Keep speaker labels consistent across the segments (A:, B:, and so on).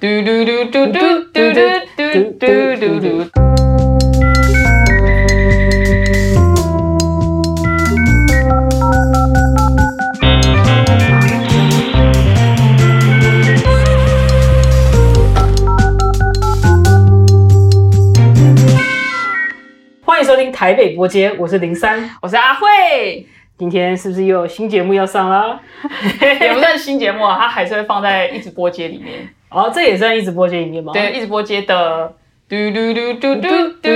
A: 嘟嘟嘟嘟嘟嘟嘟嘟嘟嘟嘟。
B: 欢迎收听台北博街，我是零三。
A: 我是阿慧，
B: 今天是不是又有新节目要上啦？
A: 也不算新节目啊，它还是会放在一直播街里面。
B: 哦，这也算一直播间里面吗？
A: 对，，一直播街的。嘟嘟嘟嘟嘟嘟嘟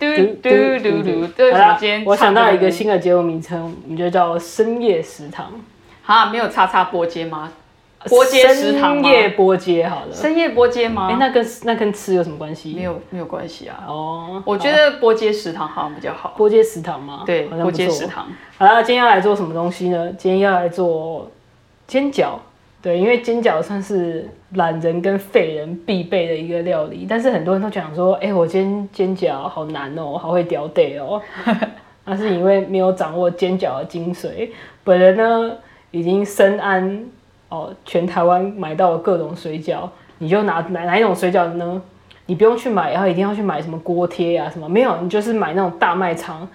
A: 嘟嘟嘟嘟。对，
B: 好
A: 我
B: 啦
A: 们今天，
B: 我想到一个新
A: 的
B: 的节目名称，我们就叫深夜食堂。
A: 啊，没有叉叉播街吗？播街食堂吗
B: 深夜播街好了。
A: 深夜播街吗？
B: 哎，那跟那跟吃有什么关系？
A: 没有没有关系啊，
B: 哦，
A: 我觉得播街食堂好像比较好。
B: 播街食堂吗？
A: 对，
B: 好像
A: 播
B: 不
A: 街
B: 错
A: 食。堂。
B: 好了，今天要来做什么东西呢？今天要来做煎饺。对，因为煎饺算是懒人跟废人必备的一个料理，但是很多人都讲说，哎、我今天煎饺好难哦、好会屌得哦、 那是因为没有掌握煎饺的精髓。本人呢，已经深谙哦，全台湾买到了各种水饺，你就拿哪哪一种水饺呢？你不用去买，然后一定要去买什么锅贴啊呀什么，没有，你就是买那种大卖场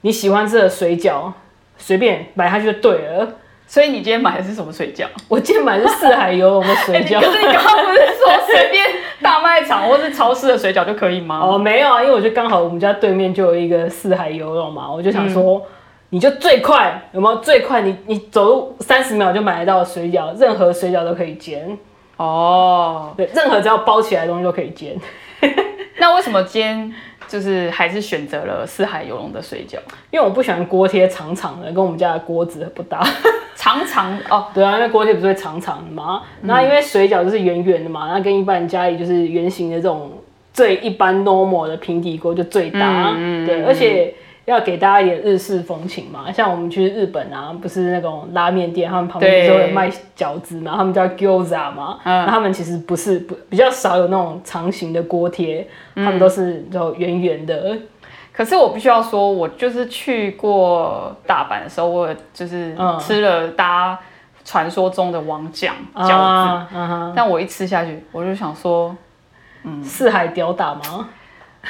B: 你喜欢吃的水饺，随便买下去就对了。
A: 所以你今天买的是什么水饺？
B: 我今天买的是四海游龙的 水
A: 可
B: 饺。
A: 是哎你刚刚不是说随便大卖场或是超市的水饺就可以吗？
B: 哦，没有啊，因为我就刚好我们家对面就有一个四海游龙嘛，我就想说，你就最快有没有最快你你走路三十秒就买得到的水饺，任何水饺都可以煎，
A: 哦，
B: 对，任何只要包起来的东西都可以煎。
A: 那为什么今天就是还是选择了四海游龙的水饺？
B: 因为我不喜欢锅贴长长的，跟我们家的锅子不搭。
A: 长长哦，
B: 对啊，因为锅贴不是会长长的嘛，
A: 嗯
B: 那因为水饺就是圆圆的嘛，那跟一般人家里就是圆形的这种最一般 normal 的平底锅就最搭，
A: 嗯
B: 对，而且要给大家一点日式风情嘛，像我们去日本啊，不是那种拉面店，他们旁边
A: 对
B: 不是会卖饺子嘛，他们叫 gyoza 嘛，
A: 嗯
B: 那、他们其实不是不比较少有那种长形的锅贴，
A: 嗯
B: 他们都是就圆圆的，
A: 可是我必须要说，我就是去过大阪的时候，我有就是
B: 嗯
A: 吃了大家传说中的王酱饺子，
B: 啊嗯哼
A: 但我一吃下去，我就想说，嗯
B: 四海吊打吗？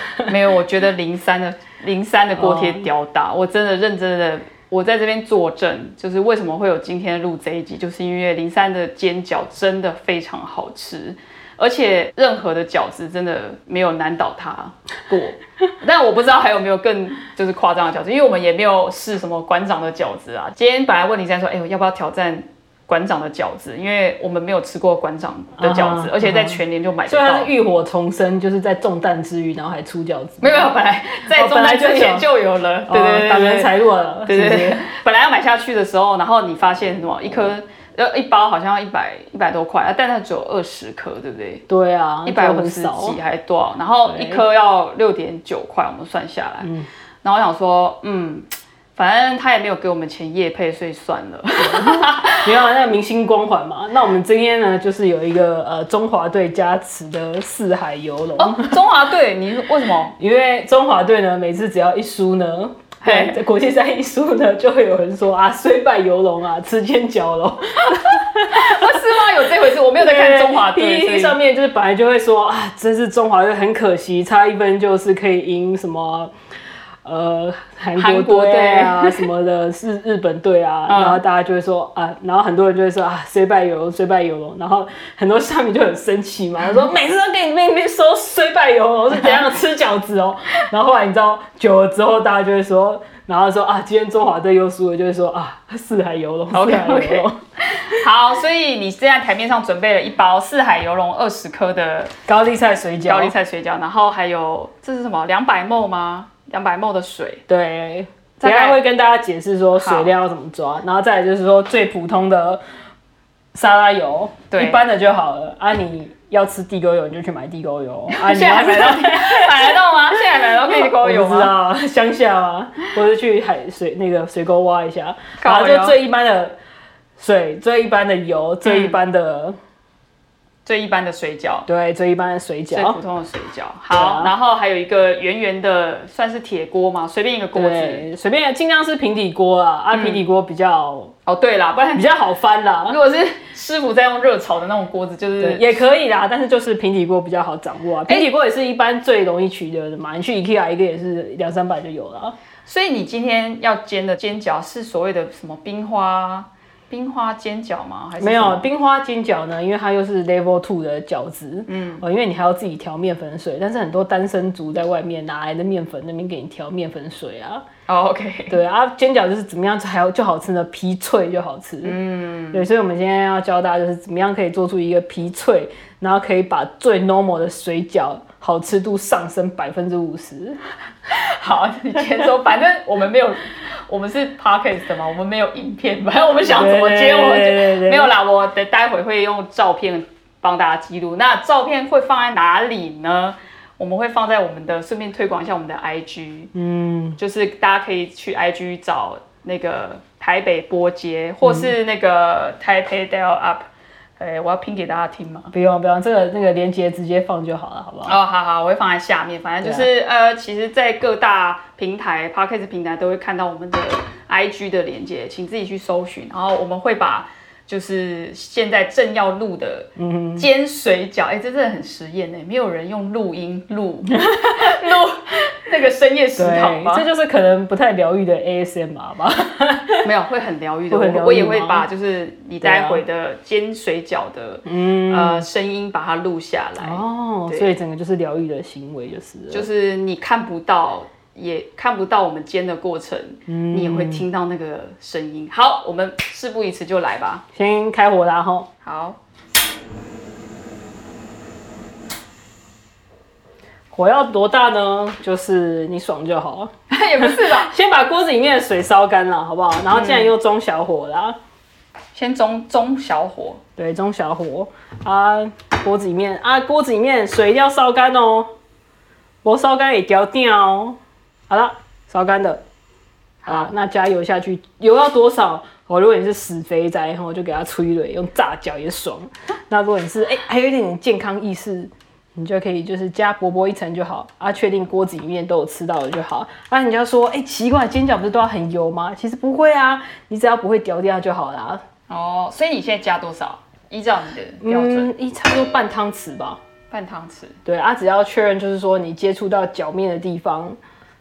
A: 没有，我觉得零三的零三
B: 哦
A: 的锅贴吊打，我真的认真的，我在这边作证，就是为什么会有今天录这一集，就是因为零三的煎饺真的非常好吃，而且任何的饺子真的没有难倒它过。 但我不知道还有没有更就是夸张的饺子，因为我们也没有试什么馆长的饺子啊。今天本来问零三说，哎、我要不要挑战？馆长的饺子，因为我们没有吃过馆长的饺子
B: 啊哈
A: 而且在全年就买不
B: 所以
A: 到。
B: 它是浴火重生，就是在中弹之余，然后还出饺子。
A: 没有没有，本来在
B: 哦
A: 中
B: 本来
A: 单
B: 就
A: 之
B: 有
A: 前就有了，对对对
B: 哦挡人
A: 对
B: 财路了，
A: 对对
B: 是不是
A: 对，本来要买下去的时候，然后你发现什么一颗呃一包好像要一百一百多块，啊但它只有二十颗，对不对？
B: 对啊，
A: 一百
B: 就
A: 五
B: 很
A: 十
B: 少
A: 几还多少？然后一颗要六点九块，我们算下来。
B: 嗯
A: 然后我想说，嗯，反正他也没有给我们钱业配，所以算 了。
B: 没有啊那个明星光环嘛。那我们今天呢，就是有一个呃中华队加持的四海游龙。
A: 哦，中华队，你为什么？
B: 因为中华队呢，每次只要一输呢，
A: 嘿
B: 对，在国际赛一输呢，就会有人说啊，虽败犹荣啊，吃煎饺喽。
A: 不是吗？有这回事？我没 有在看中华队，所
B: PPT
A: 以
B: 上面就是本来就会说啊，真是中华队很可惜，差一分就是可以赢什么。呃，韩
A: 韩
B: 国
A: 国
B: 队
A: 队
B: 啊，什么的，是日本队 啊，
A: 嗯
B: 然后大家就会说啊，然后很多人就会说啊，虽败犹荣，虽败犹荣，然后很多下面就很生气 嘛，他说每次都给你面面说虽败犹荣是怎样吃饺子哦， 然后后来你知道久了之后，大家就会说，然后说啊，今天中华队又输了，就会说啊，四海游龙，四海游
A: OK，OK
B: 龙，
A: 好，所以你现在台面上准备了一包四海游龙二十颗的
B: 高丽菜水饺，
A: 高丽菜水饺，然后还有这是什么？两百沫吗？两百沫的水，
B: 对，
A: 大
B: 等一
A: 概
B: 下会跟大家解释说水量要怎么抓，然后再来就是说最普通的沙拉油，
A: 对
B: 一般的就好了。啊，你要吃地沟油你就去买地沟油， 啊，你
A: 现在
B: 要
A: 还买到 买得到吗？现在还买得到可以沟油
B: 我不知
A: 吗？
B: 道啊乡下吗？或者去海水那个水沟挖一下，
A: 靠
B: 然后
A: 腰嗯
B: 就最一般的水、最一般的油、最一般的
A: 最一般的水饺，
B: 对，最一般的水
A: 最
B: 饺
A: 普，通的水饺。
B: 对
A: 好，
B: 啊
A: 然后还有一个圆圆的，算是铁锅嘛，随便一个锅子。嗯
B: 对，随便尽量是平底锅啦，啊，平底锅比较
A: 哦，对啦，不然
B: 比较好翻
A: 如
B: 啦，
A: 果是师傅在用热炒的那种锅子，就是
B: 对，也可以啦，但是就是平底锅比较好掌握啊，平底锅也是一般最容易取得的嘛，你去 IKEA 一个也是两三百就有了啊，
A: 所以你今天要煎的煎饺是所谓的什么冰花冰花煎饺吗？还是
B: 没
A: 什
B: 有
A: 么？
B: 冰花煎饺呢，因为它又是 level two 的饺子，嗯，哦，因为你还要自己调面粉水，但是很多单身族在外面哪来的面粉那边给你调面粉水啊？
A: 哦，OK，
B: 对啊，煎饺就是怎么样才好就好吃呢？皮脆就好吃，嗯，对，所以我们今天要教大家就是怎么样可以做出一个皮脆，然后可以把最 normal 的水饺好吃度上升百分之五十。
A: 好， 你先说，反正我们没有，我们是 podcast 的嘛，我们没有影片，反正我们想怎么
B: 对
A: 煎我们
B: 对对
A: 就
B: 对
A: 没有啦。我的待会会用照片帮大家记录，那照片会放在哪里呢？我们会放在我们的，顺便推广一下我们的 IG，
B: 嗯，
A: 就是大家可以去 IG 找那个台北波街，
B: 嗯
A: 或是那个台北 Dial Up，哎、我要拼给大家听嘛。
B: 不用不用，这个那个链接直接放就好了，好不啊好？
A: 哦，好好，我会放在下面。反正就是、呃，其实，在各大平台、p o d c a s t 平台都会看到我们的 IG 的连接，请自己去搜寻。然后我们会把就是现在正要录的
B: 嗯
A: 煎水饺，哎、这真的很实验呢、没有人用录音 录录那个深夜食堂吧
B: 对，这？就是可能不太疗愈的 ASMR 吧。
A: 没有，会很疗愈的。
B: 会很疗
A: 我
B: 愈
A: 我也会
B: 吗
A: 把就是你
B: 对啊
A: 待会的煎水饺的、
B: 嗯，
A: 呃声音把它录下来。
B: 哦，
A: 对
B: 所以整个就是疗愈的行为，就是了
A: 就是你看不到，也看不到我们煎的过程，你也会听到那个声音。好，我们事不宜迟，就来吧。
B: 先开火啦吼。
A: 好，
B: 火要多大呢？就是你爽就好。
A: 也不是啦，
B: 先把锅子里面的水烧干了，好不好？然后既然又中小火啦，
A: 先中中小火，
B: 对，中小火啊，锅子里面啊，锅子里面水一定要烧干哦，不烧干也掉掉哦。好了，烧干的，好啦，那加油下去，油要多少？哦，如果你是死肥宅，然后就给它催泪，用炸脚也爽。那如果你是哎、还有一点点健康意识，你就可以就是加薄薄一层就好啊，确定锅子里面都有吃到的就好。啊，人家说哎、奇怪，煎饺不是都要很油吗？其实不会啊，你只要不会掉掉就好啦。
A: 哦，所以你现在加多少？依照你的标准，
B: 嗯，一差不多半汤匙吧。
A: 半汤匙，
B: 对啊，只要确认就是说你接触到脚面的地方，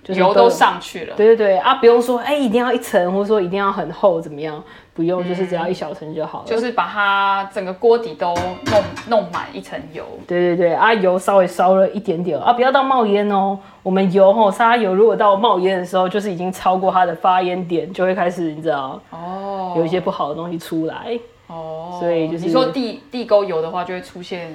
B: 就是
A: 油都。上去了。
B: 对对对啊，不用说哎、一定要一层，或者说一定要很厚怎么样，不用，就是只要一小层就好了。
A: 嗯就是把它整个锅底都弄弄满一层油，
B: 对对对啊，油稍微烧了一点点啊，不要到冒烟哦。我们油吼沙拉油，如果到冒烟的时候，就是已经超过它的发烟点，就会开始你知道
A: 哦
B: 有一些不好的东西出来。
A: 哦，
B: 所以就是
A: 你说地地沟油的话，就会出现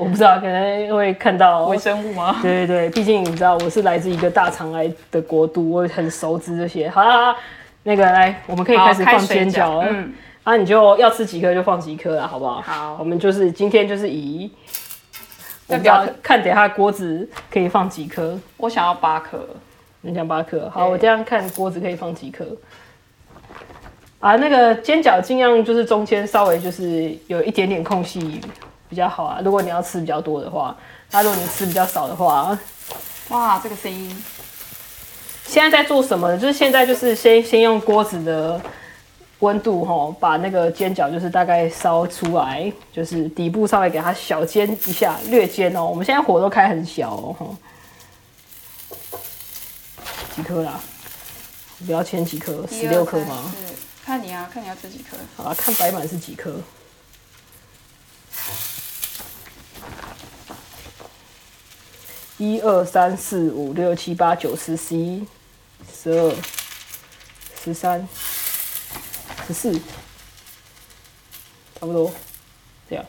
B: 我不知道，可能会看到
A: 微生物吗？
B: 对对对，毕竟你知道我是来自一个大肠癌的国度，我很熟知这些。好啦，那个来，我们可以
A: 好
B: 开始
A: 开
B: 放
A: 水
B: 煎饺了。
A: 嗯
B: 啊，你就要吃几颗就放几颗啦，好不好？
A: 好
B: 我们就是今天就是以，
A: 代
B: 我不知道
A: 表
B: 看等一下锅子可以放几颗，
A: 我想要八颗，
B: 你讲八颗。好，
A: 对
B: 我这样看锅子可以放几颗。啊，那个煎饺尽量就是中间稍微就是有一点点空隙比较好啊。如果你要吃比较多的话，那、如果你吃比较少的话，
A: 哇，这个声音。
B: 现在在做什么呢？就是现在就是先先用锅子的温度吼，把那个煎饺就是大概烧出来，就是底部稍微给它小煎一下，略煎哦。我们现在火都开很小哦，吼几颗啦？不要煎几颗，十六颗吗？
A: 一二三四？看你啊，看你要吃几颗。
B: 好啦，看白板是几颗。一二三四五六七八九十十一十二十三十四，差不多，这样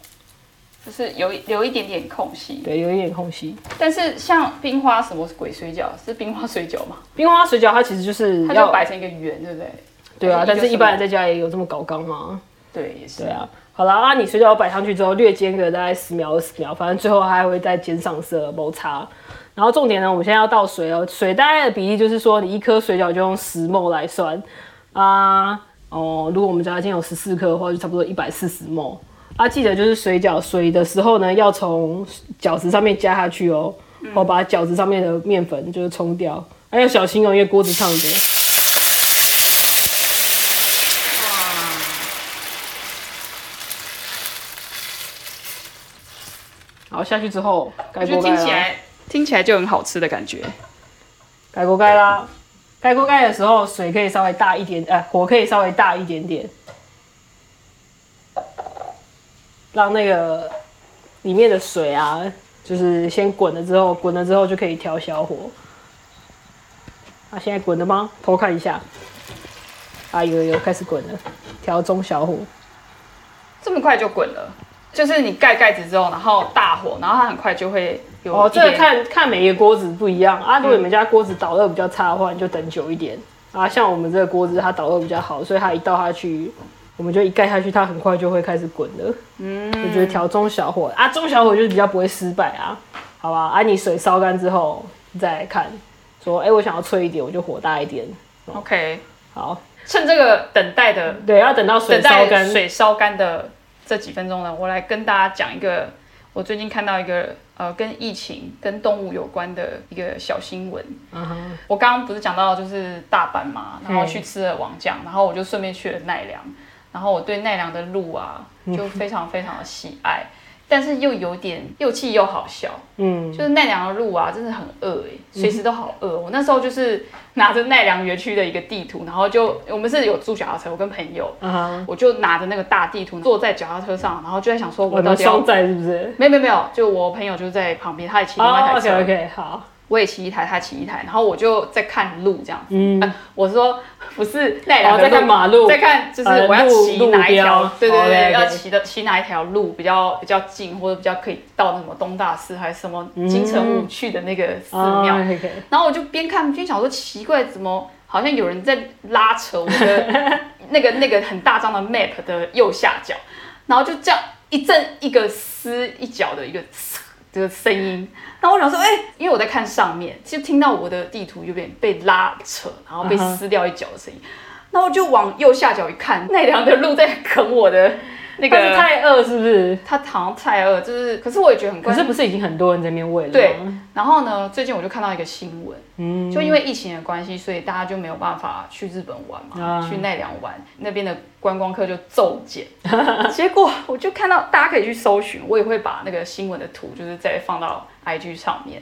A: 就是有一留一点点空隙，
B: 对，有一点空隙。
A: 但是像冰花什么鬼水饺是冰花水饺嘛，
B: 冰花水饺它其实就是
A: 它
B: 要
A: 就摆成一个圆，对不对？
B: 对啊，
A: 一个
B: 但是一
A: 什么
B: 般人在家也有这么搞缸吗？
A: 对也是
B: 对啊，好了啊，你水饺摆上去之后，略煎个大概十秒、二十秒，反正最后它还会再煎上色、摩擦。然后重点呢，我们现在要倒水哦，水大概的比例就是说，你一颗水饺就用十沫来算啊。哦，如果我们家今天有十四颗的话，就差不多一百四十沫。啊，记得就是水饺水的时候呢，要从饺子上面加下去哦，
A: 嗯
B: 我、把饺子上面的面粉就是冲掉，还、要小心哦，因为锅子烫的。好，下去之后
A: 我
B: 盖啊
A: 觉得
B: 锅
A: 听
B: 盖
A: 起
B: 啦，
A: 来听起来就很好吃的感觉。
B: 盖锅盖啦。盖锅盖的时候，水可以稍微大一点，呃，火可以稍微大一点点，让那个里面的水啊，就是先滚了之后，滚了之后就可以调小火。啊，现在滚了吗？偷看一下。啊，有有有开始滚了，调中小火。
A: 这么快就滚了，就是你盖盖子之后，然后大火，然后它很快就会有
B: 哦，
A: 一
B: 这个
A: 点
B: 看看每个锅子不一样啊。
A: 嗯
B: 如果你们家锅子导热比较差的话，你就等久一点啊。像我们这个锅子它导热比较好，所以它一倒下去，我们就一盖下去，它很快就会开始滚了。嗯，我觉得调中小火啊，中小火就是比较不会失败啊，好吧？啊，你水烧干之后再来看，说哎、我想要脆一点，我就火大一点。
A: OK，
B: 好，
A: 趁这个等待的
B: 对，要等到水
A: 等
B: 烧
A: 待
B: 干。
A: 水烧干的这几分钟呢，我来跟大家讲一个我最近看到一个呃跟疫情跟动物有关的一个小新闻。
B: 嗯哼
A: 我刚刚不是讲到就是大阪嘛，然后
B: 嗯
A: 去吃了王酱，然后我就顺便去了奈良，然后我对奈良的路啊
B: 嗯
A: 就非常非常的喜爱，但是又有点又气又好笑。
B: 嗯，
A: 就是奈良的路啊，真的很饿哎、随时都好饿。我那时候就是拿着奈良园区的一个地图，然后就我们是有租脚踏车，我跟朋友，
B: 啊哈，
A: 我就拿着那个大地图坐在脚踏车上，然后就在想说，
B: 我
A: 我到
B: 能
A: 底要
B: 双载是不是？
A: 没有没有没有，就我朋友就在旁边，他也骑另外一
B: 哦
A: 台车
B: ，OK OK，好，
A: 我也骑一台，他骑一台，然后我就在看路这样。
B: 嗯，
A: 啊我说不是奈良
B: 哦，
A: 的
B: 在看
A: 路
B: 马路，
A: 再看就是
B: 呃
A: 我要
B: 路
A: 骑
B: 路
A: 哪一条
B: 标，哦
A: 对对对，
B: OK，OK
A: 要骑的骑哪一条路比较比较近，或者比较可以到那什么东大寺还是什么
B: 嗯
A: 金城武去的那个寺庙。
B: 哦，OK，OK
A: 然后我就边看边想说，奇怪，怎么好像有人在拉扯我的 那个那个很大张的 map 的右下角，然后就这样一阵一个撕一角的一个嘶这个声音，然后我想说，哎、因为我在看上面，就听到我的地图有点被拉扯，然后被
B: 嗯哼
A: 撕掉一角的声音，然后我就往右下角一看，奈良的路在啃我的那
B: 但是
A: 个，
B: 太饿是不是？
A: 他好像太饿，就是，可是我也觉得很怪
B: 可，是不是已经很多人在那边喂了吗？
A: 对，然后呢，最近我就看到一个新闻，
B: 嗯，
A: 就因为疫情的关系，所以大家就没有办法去日本玩嘛，
B: 啊
A: 去奈良玩，那边的观光客就骤减。 结果我就看到大家可以去搜寻，我也会把那个新闻的图就是再放到 IG 上面。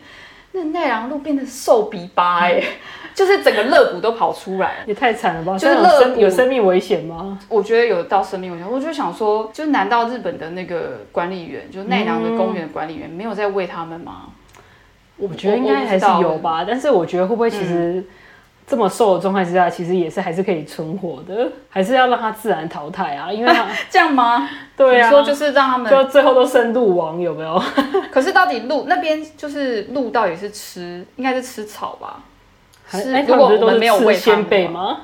A: 那奈良路变得瘦比巴哎、
B: 嗯
A: 就是整个肋骨都跑出来了。
B: 也太惨了吧！
A: 就是
B: 这种
A: 肋
B: 生
A: 骨
B: 有生命危险吗？
A: 我觉得有到生命危险，我就想说，就难道日本的那个管理员，就奈良的公园管理员，没有在喂他们吗？
B: 我觉得应该还是有吧，但是我觉得会不会其
A: 嗯
B: 实这么瘦的状态之下，其实也是还是可以存活的，还是要让它自然淘汰啊，因 为它
A: 这样吗？
B: 对啊
A: 你说就是让他们
B: 就最后都深度亡有没有？
A: 可是到底鹿那边就是鹿到底是吃，应该是吃草吧？是
B: 哎
A: 如果
B: 他不是
A: 我们没有
B: 都
A: 喂
B: 是吃
A: 它们
B: 鲜贝
A: 的
B: 吗？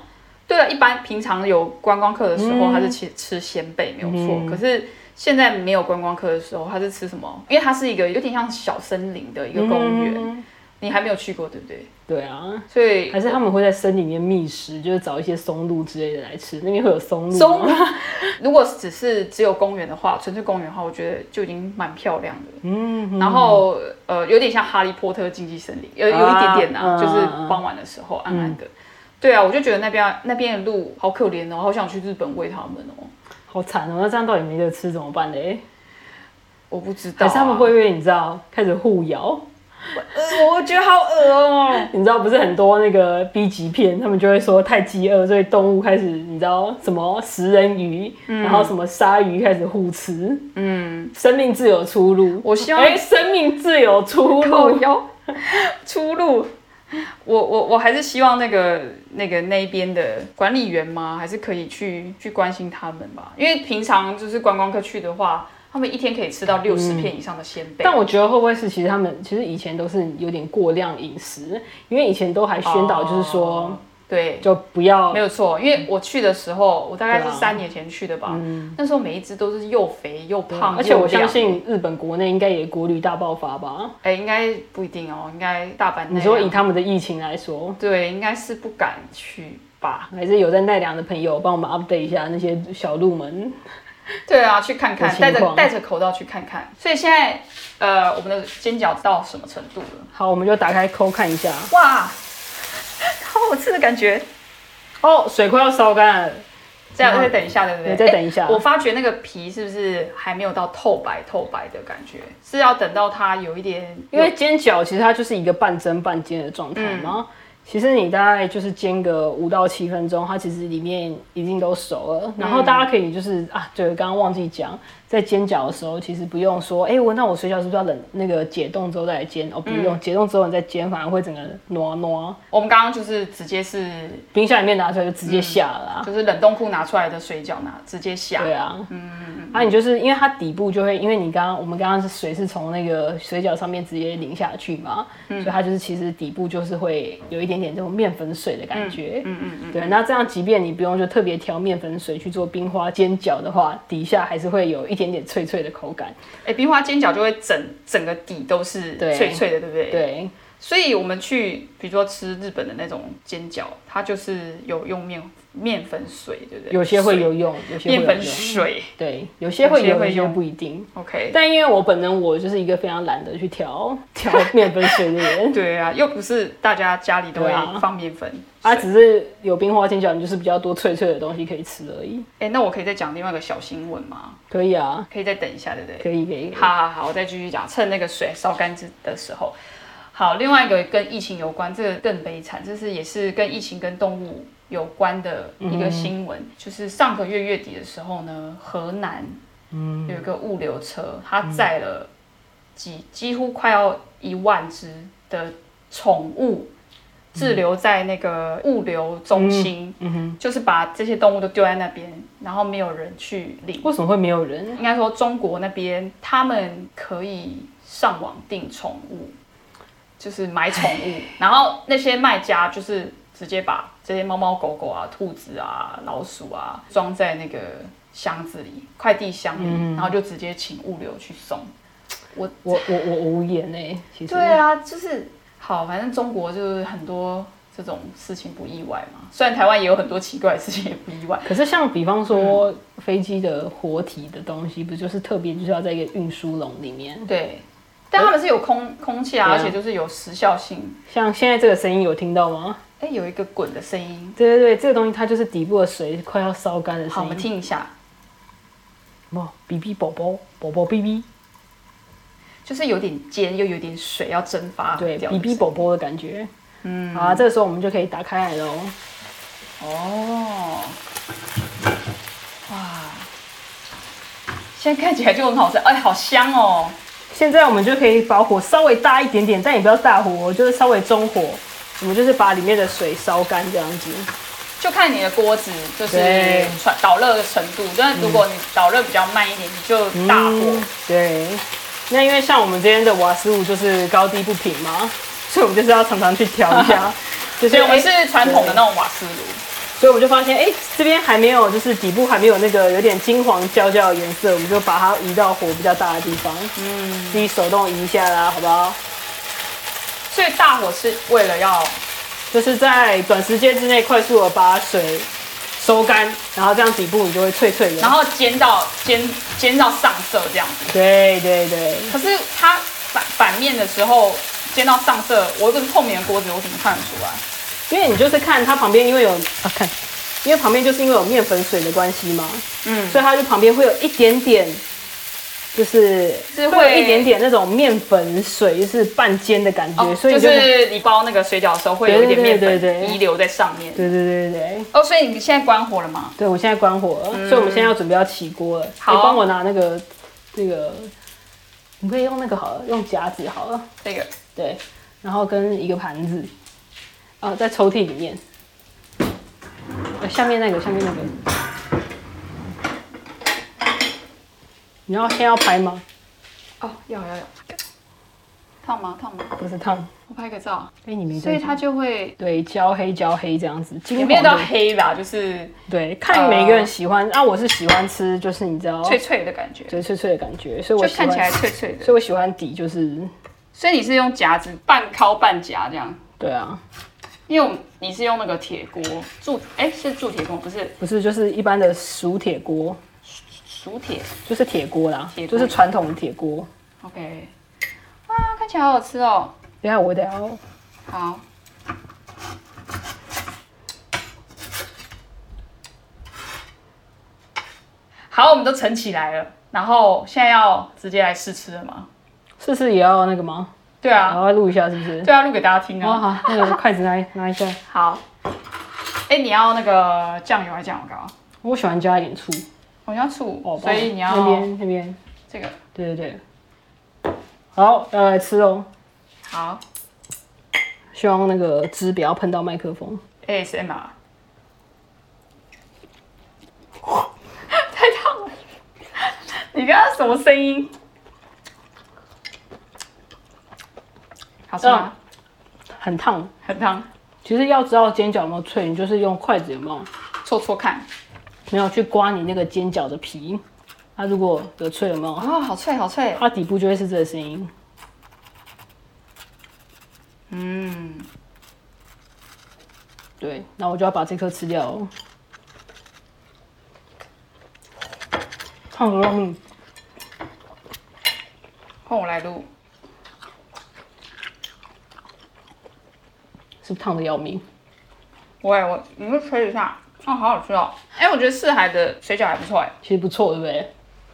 A: 对啊，一般平常有观光客的时
B: 嗯
A: 候，它是吃吃鲜贝没有错。可是现在没有观光客的时候，它是吃什么？因为它是一个有点像小森林的一个公园，
B: 嗯
A: 你还没有去过，对不对？
B: 对啊，
A: 所以
B: 还是他们会在森里面觅食，就是找一些松露之类的来吃，那边会有松露吗。
A: 松， 如果只是只有公园的话，纯粹公园的话，我觉得就已经蛮漂亮的。
B: 嗯，
A: 然后呃，有点像《哈利波特》竞技森林，有有一点点啊，
B: 啊嗯
A: 就是傍晚的时候暗暗的。对啊，我就觉得那边那边的鹿好可怜哦，好想去日本喂他们哦。
B: 好惨哦！那这样到底没得吃怎么办嘞？
A: 我不知道、啊
B: 还是他们会，因为你知道开始互咬，
A: 呃，我觉得好恶哦。
B: 你知道不是很多那个 B 级片，他们就会说太饥饿，所以动物开始你知道什么食人鱼，然后什么鲨鱼开始互吃，
A: 嗯，
B: 生命自有出路。
A: 我希望
B: 哎、生命自有出
A: 靠
B: 路。
A: 腰出路。我我我还是希望那个那个那边的管理员嘛，还是可以去去关心他们吧，因为平常就是观光客去的话，他们一天可以吃到六十片以上的鲜贝。
B: 嗯但我觉得会不会是其实他们其实以前都是有点过量饮食，因为以前都还宣导就是说、
A: 哦对，
B: 就不要
A: 没有错，因为我去的时候，我大概是
B: 嗯对啊嗯
A: 三年前去的吧。那时候每一只都是又肥又胖，
B: 啊而且我
A: 又亮
B: 相，信日本国内应该也国旅大爆发吧？
A: 哎、应该不一定哦，应该大阪那样
B: 你说以他们的疫情来说，
A: 对，应该是不敢去吧。
B: 还是有在奈良的朋友帮我们 update 一下那些小鹿们，
A: 对啊，去看看
B: 有，情
A: 戴着
B: 况
A: 戴着口罩去看看。所以现在，呃，我们的煎饺到什么程度了？
B: 好，我们就打开抠看一下。
A: 哇，好好吃的感觉！
B: 哦，水快要烧干了，
A: 这样再等一下，对不对？
B: 对嗯再等一下
A: 哎我发觉那个皮是不是还没有到透白透白的感觉？是要等到它有一点，
B: 因为煎饺其实它就是一个半蒸半煎的状态嘛。然后其实你大概就是煎个五到七分钟，它其实里面已经都熟了。然后大家可以就是、啊，对，刚刚忘记讲，在煎饺的时候，其实不用说，哎、我那我水饺是不是要冷那个解冻之后再来煎？哦，不用，解冻之后你再煎，反而会整个挪挪。
A: 我们刚刚就是直接是
B: 冰箱里面拿出来就直接下了啊、
A: 就是冷冻库拿出来的水饺拿直接下。
B: 对啊，嗯，啊，你就是因为它底部就会，因为你刚刚我们刚刚是水是从那个水饺上面直接淋下去嘛，所以它就是其实底部就是会有一点点这种面粉水的感觉，嗯嗯对。那这样即便你不用就特别调面粉水去做冰花煎饺的话，底下还是会有一点点脆脆的口感，
A: 哎，冰花煎饺就会整整个底都是
B: 对
A: 脆脆的，对不对？。
B: 对。
A: 所以我们去，比如说吃日本的那种煎饺，它就是有用面面粉水，对不对？
B: 有些会
A: 水
B: 有用，有些会
A: 面
B: 有
A: 粉
B: 用，
A: 水。
B: 对，有些会
A: 有些
B: 有，
A: 会
B: 有些
A: 用
B: 不一定。
A: OK。
B: 但因为我本人我就是一个非常懒得去调调面粉水的人，
A: 对啊，又不是大家家里都
B: 对啊
A: 会放面粉。
B: 啊，只是有冰花煎饺，你就是比较多脆脆的东西可以吃而已。
A: 哎，那我可以再讲另外一个小新闻吗？
B: 可以啊，
A: 可以再等一下，对不对？
B: 可以可以。
A: 好好好，我再继续讲，趁那个水烧干之的时候。好，另外一个跟疫情有关，这个更悲惨，这是也是跟疫情跟动物有关的一个新闻，就是上个月月底的时候呢，河南有一个物流车，它载了几几乎快要一万只的宠物。滞留在那个物流中心，就是把这些动物都丢在那边，然后没有人去领。
B: 为什么会没有人？
A: 应该说中国那边他们可以上网订宠物，就是买宠物， 然后那些卖家就是直接把这些猫猫狗狗啊、兔子啊、老鼠啊装在那个箱子里、快递箱里，然后就直接请物流去送。我
B: 我我我无言哎、其实
A: 对啊，就是好，反正中国就是很多这种事情不意外嘛。虽然台湾也有很多奇怪的事情，也不意外。
B: 可是像比方
A: 嗯
B: 说、飞机的活体的东西，不就是特别就是要在一个运输笼里面？
A: 对，但他们是有空空气啊，
B: 对啊
A: 而且就是有时效性。
B: 像现在这个声音有听到吗？
A: 哎，有一个滚的声音，
B: 对对对，这个东西它就是底部的水快要烧干的
A: 好，我
B: 声
A: 们
B: 音。
A: 听一下，
B: 哇，哔哔宝宝，宝宝哔哔，
A: 就是有点尖，又有点水要蒸发
B: 对，
A: 掉
B: 哔
A: 的声
B: 哔
A: 音
B: 宝宝的感觉。嗯，好啊，这个时候我们就可以打开来喽。
A: 哦，哇，现在看起来就很好吃，哎，好香哦。
B: 现在我们就可以把火稍微大一点点，但也不要大火哦，就是稍微中火。我们就是把里面的水烧干这样子。
A: 就看你的锅子就是
B: 对
A: 传导热的程度，但是如果你导热比较慢一点，你就大火。
B: 嗯对。那因为像我们这边的瓦斯炉就是高低不平嘛， 所以我们就是要常常去调一 下。就是
A: 所以我们是
B: 哎
A: 传统的
B: 对
A: 那种瓦斯炉，
B: 所以我们就发现，哎、这边还没有，就是底部还没有那个有点金黄焦焦的颜色，我们就把它移到火比较大的地方，嗯，自己手动移一下啦，好不好？
A: 所以大火是为了要
B: 就是在短时间之内快速的把水收干，然后这样底部你就会脆脆的。
A: 然后煎到煎煎到上色这样子。
B: 对对对，
A: 可是它反反面的时候煎到上色，我这个透明的锅子我怎么看得出来？
B: 因为你就是看它旁边，因为有啊看，因为旁边就是因为有面粉水的关系嘛，
A: 嗯，
B: 所以它就旁边会有一点点，就是
A: 是会
B: 会有一点点那种面粉水，就是半煎的感觉，
A: 哦
B: 所以
A: 就
B: 你就是
A: 你包那个水饺的时候会有一点面
B: 对对对对
A: 粉
B: 对
A: 遗留在上面。
B: 对对对对对。
A: 哦，所以你现在关火了吗？
B: 对，我现在关火了，所以我们现在要准备要起锅了。
A: 嗯
B: 哎
A: 好
B: 你帮我拿那个那个，你可以用那个好了，用夹子好了。
A: 这个
B: 对，然后跟一个盘子，啊，在抽屉里面，呃下面那个，下面那个，你要先要拍吗？
A: 哦，要要要，烫吗？烫吗？
B: 不是烫，
A: 我拍个照，
B: 哎，你没
A: 所以
B: 对
A: 它就会
B: 对焦黑焦黑这样子，
A: 也
B: 金
A: 没有
B: 黄
A: 到
B: 的，
A: 黑吧，就是
B: 对，看每个人喜欢。啊，我是喜欢吃，就是你知道，
A: 哦脆脆的感觉，
B: 对脆脆的感觉，所以我
A: 就
B: 喜
A: 看
B: 欢
A: 起来脆脆的。
B: 所以我喜欢底就是，
A: 所以你是用夹子半敲半夹这样，
B: 对啊，
A: 因为我们你是用那个铁锅铸，哎，是铸铁锅不是
B: 不是就是一般的熟铁锅，
A: 熟铁
B: 就是铁锅啦
A: 铁，锅
B: 就是传统的铁锅。
A: ，OK，哇，看起来好好吃哦。
B: 等一下我得要
A: 好，好，我们都盛起来了，然后现在要直接来试吃了吗？
B: 试试也要那个吗？
A: 对啊，
B: 然后录一下是不是？
A: 对啊，录给大家听
B: 哦
A: 啊。
B: 好，那个筷子拿拿一下。
A: 好，哎、你要那个酱油还是酱油膏？
B: 我喜欢加一点醋，
A: 我要醋，
B: 哦，
A: 所以你要
B: 那边那边，
A: 这个
B: 对对对。好，要来吃哦。
A: 好
B: 希望那个汁不要喷到麦克风。
A: ASMR。太烫了！你刚刚什么声音？好吃吗？
B: 很烫。
A: 很烫，
B: 其实要知道煎饺有没有脆，你就是用筷子有没有
A: 搓搓看。
B: 没有去刮你那个煎饺的皮。它、如果有脆有没有，
A: 哦，好脆，好脆。
B: 它底部就会是这个声音。
A: 嗯，
B: 对，那我就要把这颗吃掉哦。烫的要命，
A: 换我来录。
B: 是不是烫的要命？
A: 我也我，你们吹一下。哦，好好吃哦。哎、我觉得四海的水饺还不错，哎，
B: 其实不错，对不对？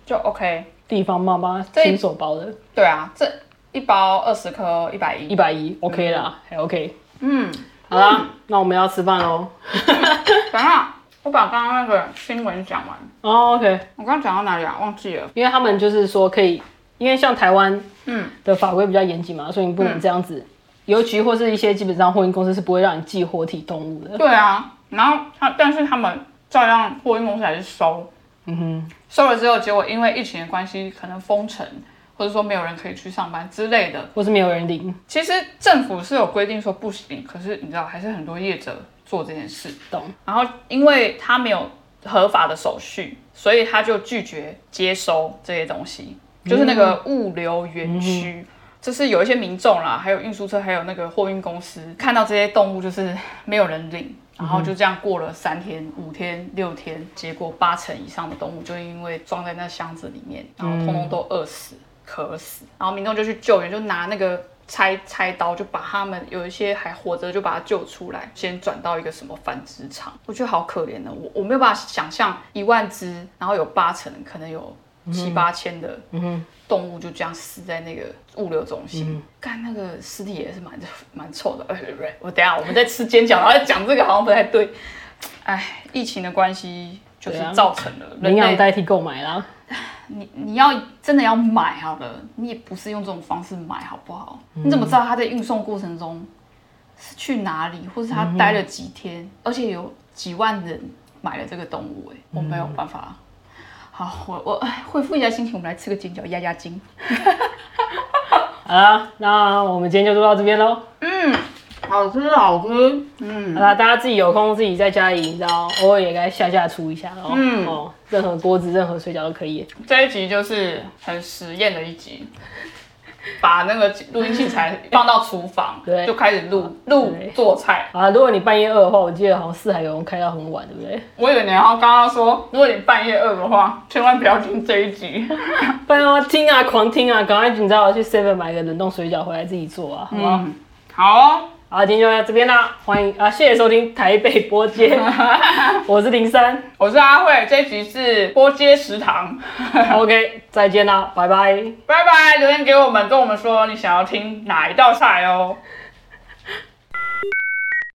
A: 就 OK。
B: 地方妈妈亲手包的，
A: 对啊，这一包二十颗，一百一。
B: 一百一，OK 啦，还 OK。
A: 嗯，
B: 好啦，那我们要吃饭喽。
A: 等一下，我把刚刚那个新闻讲完。
B: 哦，OK，
A: 我刚刚讲到哪里啊？忘记了。
B: 因为他们就是说可以，因为像台湾
A: 嗯
B: 的法规比较严谨嘛，所以你不能这样子。邮局或是一些基本上货运公司是不会让你寄活体动物的。
A: 对啊，然后他，但是他们照样货运公司还是收，
B: 嗯哼，
A: 收了之后，结果因为疫情的关系，可能封城，或者说没有人可以去上班之类的。
B: 或是没有人领，
A: 其实政府是有规定说不行，可是你知道，还是很多业者做这件事。
B: 懂？
A: 然后因为他没有合法的手续，所以他就拒绝接收这些东西，就是那个物流园区。这是有一些民众啦，还有运输车，还有那个货运公司，看到这些动物就是没有人领，然后就这样过了三天、五天、六天，结果八成以上的动物就因为装在那箱子里面，然后通通都饿死、渴死，然后民众就去救援，就拿那个拆拆刀，就把他们有一些还活着就把它救出来，先转到一个什么繁殖场，我觉得好可怜的，哦我我没有办法想象一万只，然后有八成可能有七八千的
B: 嗯哼，嗯
A: 动物就这样死在那个物流中心，干、那个尸体也是蛮蛮臭的。我等一下我们在吃煎饺，然后再讲这个好像不太对。哎，疫情的关系就是
B: 对啊
A: 造成了、
B: 领
A: 人
B: 养
A: 类，
B: 代替购买啦。
A: 你你要真的要买好了，你也不是用这种方式买好不好？
B: 嗯
A: 你怎么知道它在运送过程中是去哪里，或是它待了几天？
B: 嗯
A: 而且有几万人买了这个动物、哎，
B: 嗯
A: 我没有办法。好，我我哎恢复一下心情，我们来吃个煎饺压压惊。
B: 好啦，那我们今天就做到这边喽。
A: 好吃，好吃。嗯
B: 好啦，大家自己有空自己在家里，你知道，偶尔也该下下厨一下哦。
A: 嗯
B: 哦，任何锅子、任何水饺都可以。
A: 这一集就是很实验的一集，把那个录音器材放到厨房，
B: 对
A: 就开始录录
B: 对
A: 做菜。
B: 好啦，如果你半夜饿的话，我记得好像四海有人开到很晚，对不对？
A: 我以为你要刚刚说，如果你半夜饿的话，千万不要听这一集。
B: 不然我听啊，狂听啊，赶快你知道去 Seven 买个冷冻水饺回来自己做啊，好不好？
A: 嗯，好哦、
B: 好，今天就到这边啦，欢迎啊，谢谢收听台北播街，我是零三
A: 我是阿慧，这一集是波街食堂。
B: ，OK，再见啦，拜拜。
A: 拜拜，留言给我们，跟我们说你想要听哪一道菜哦。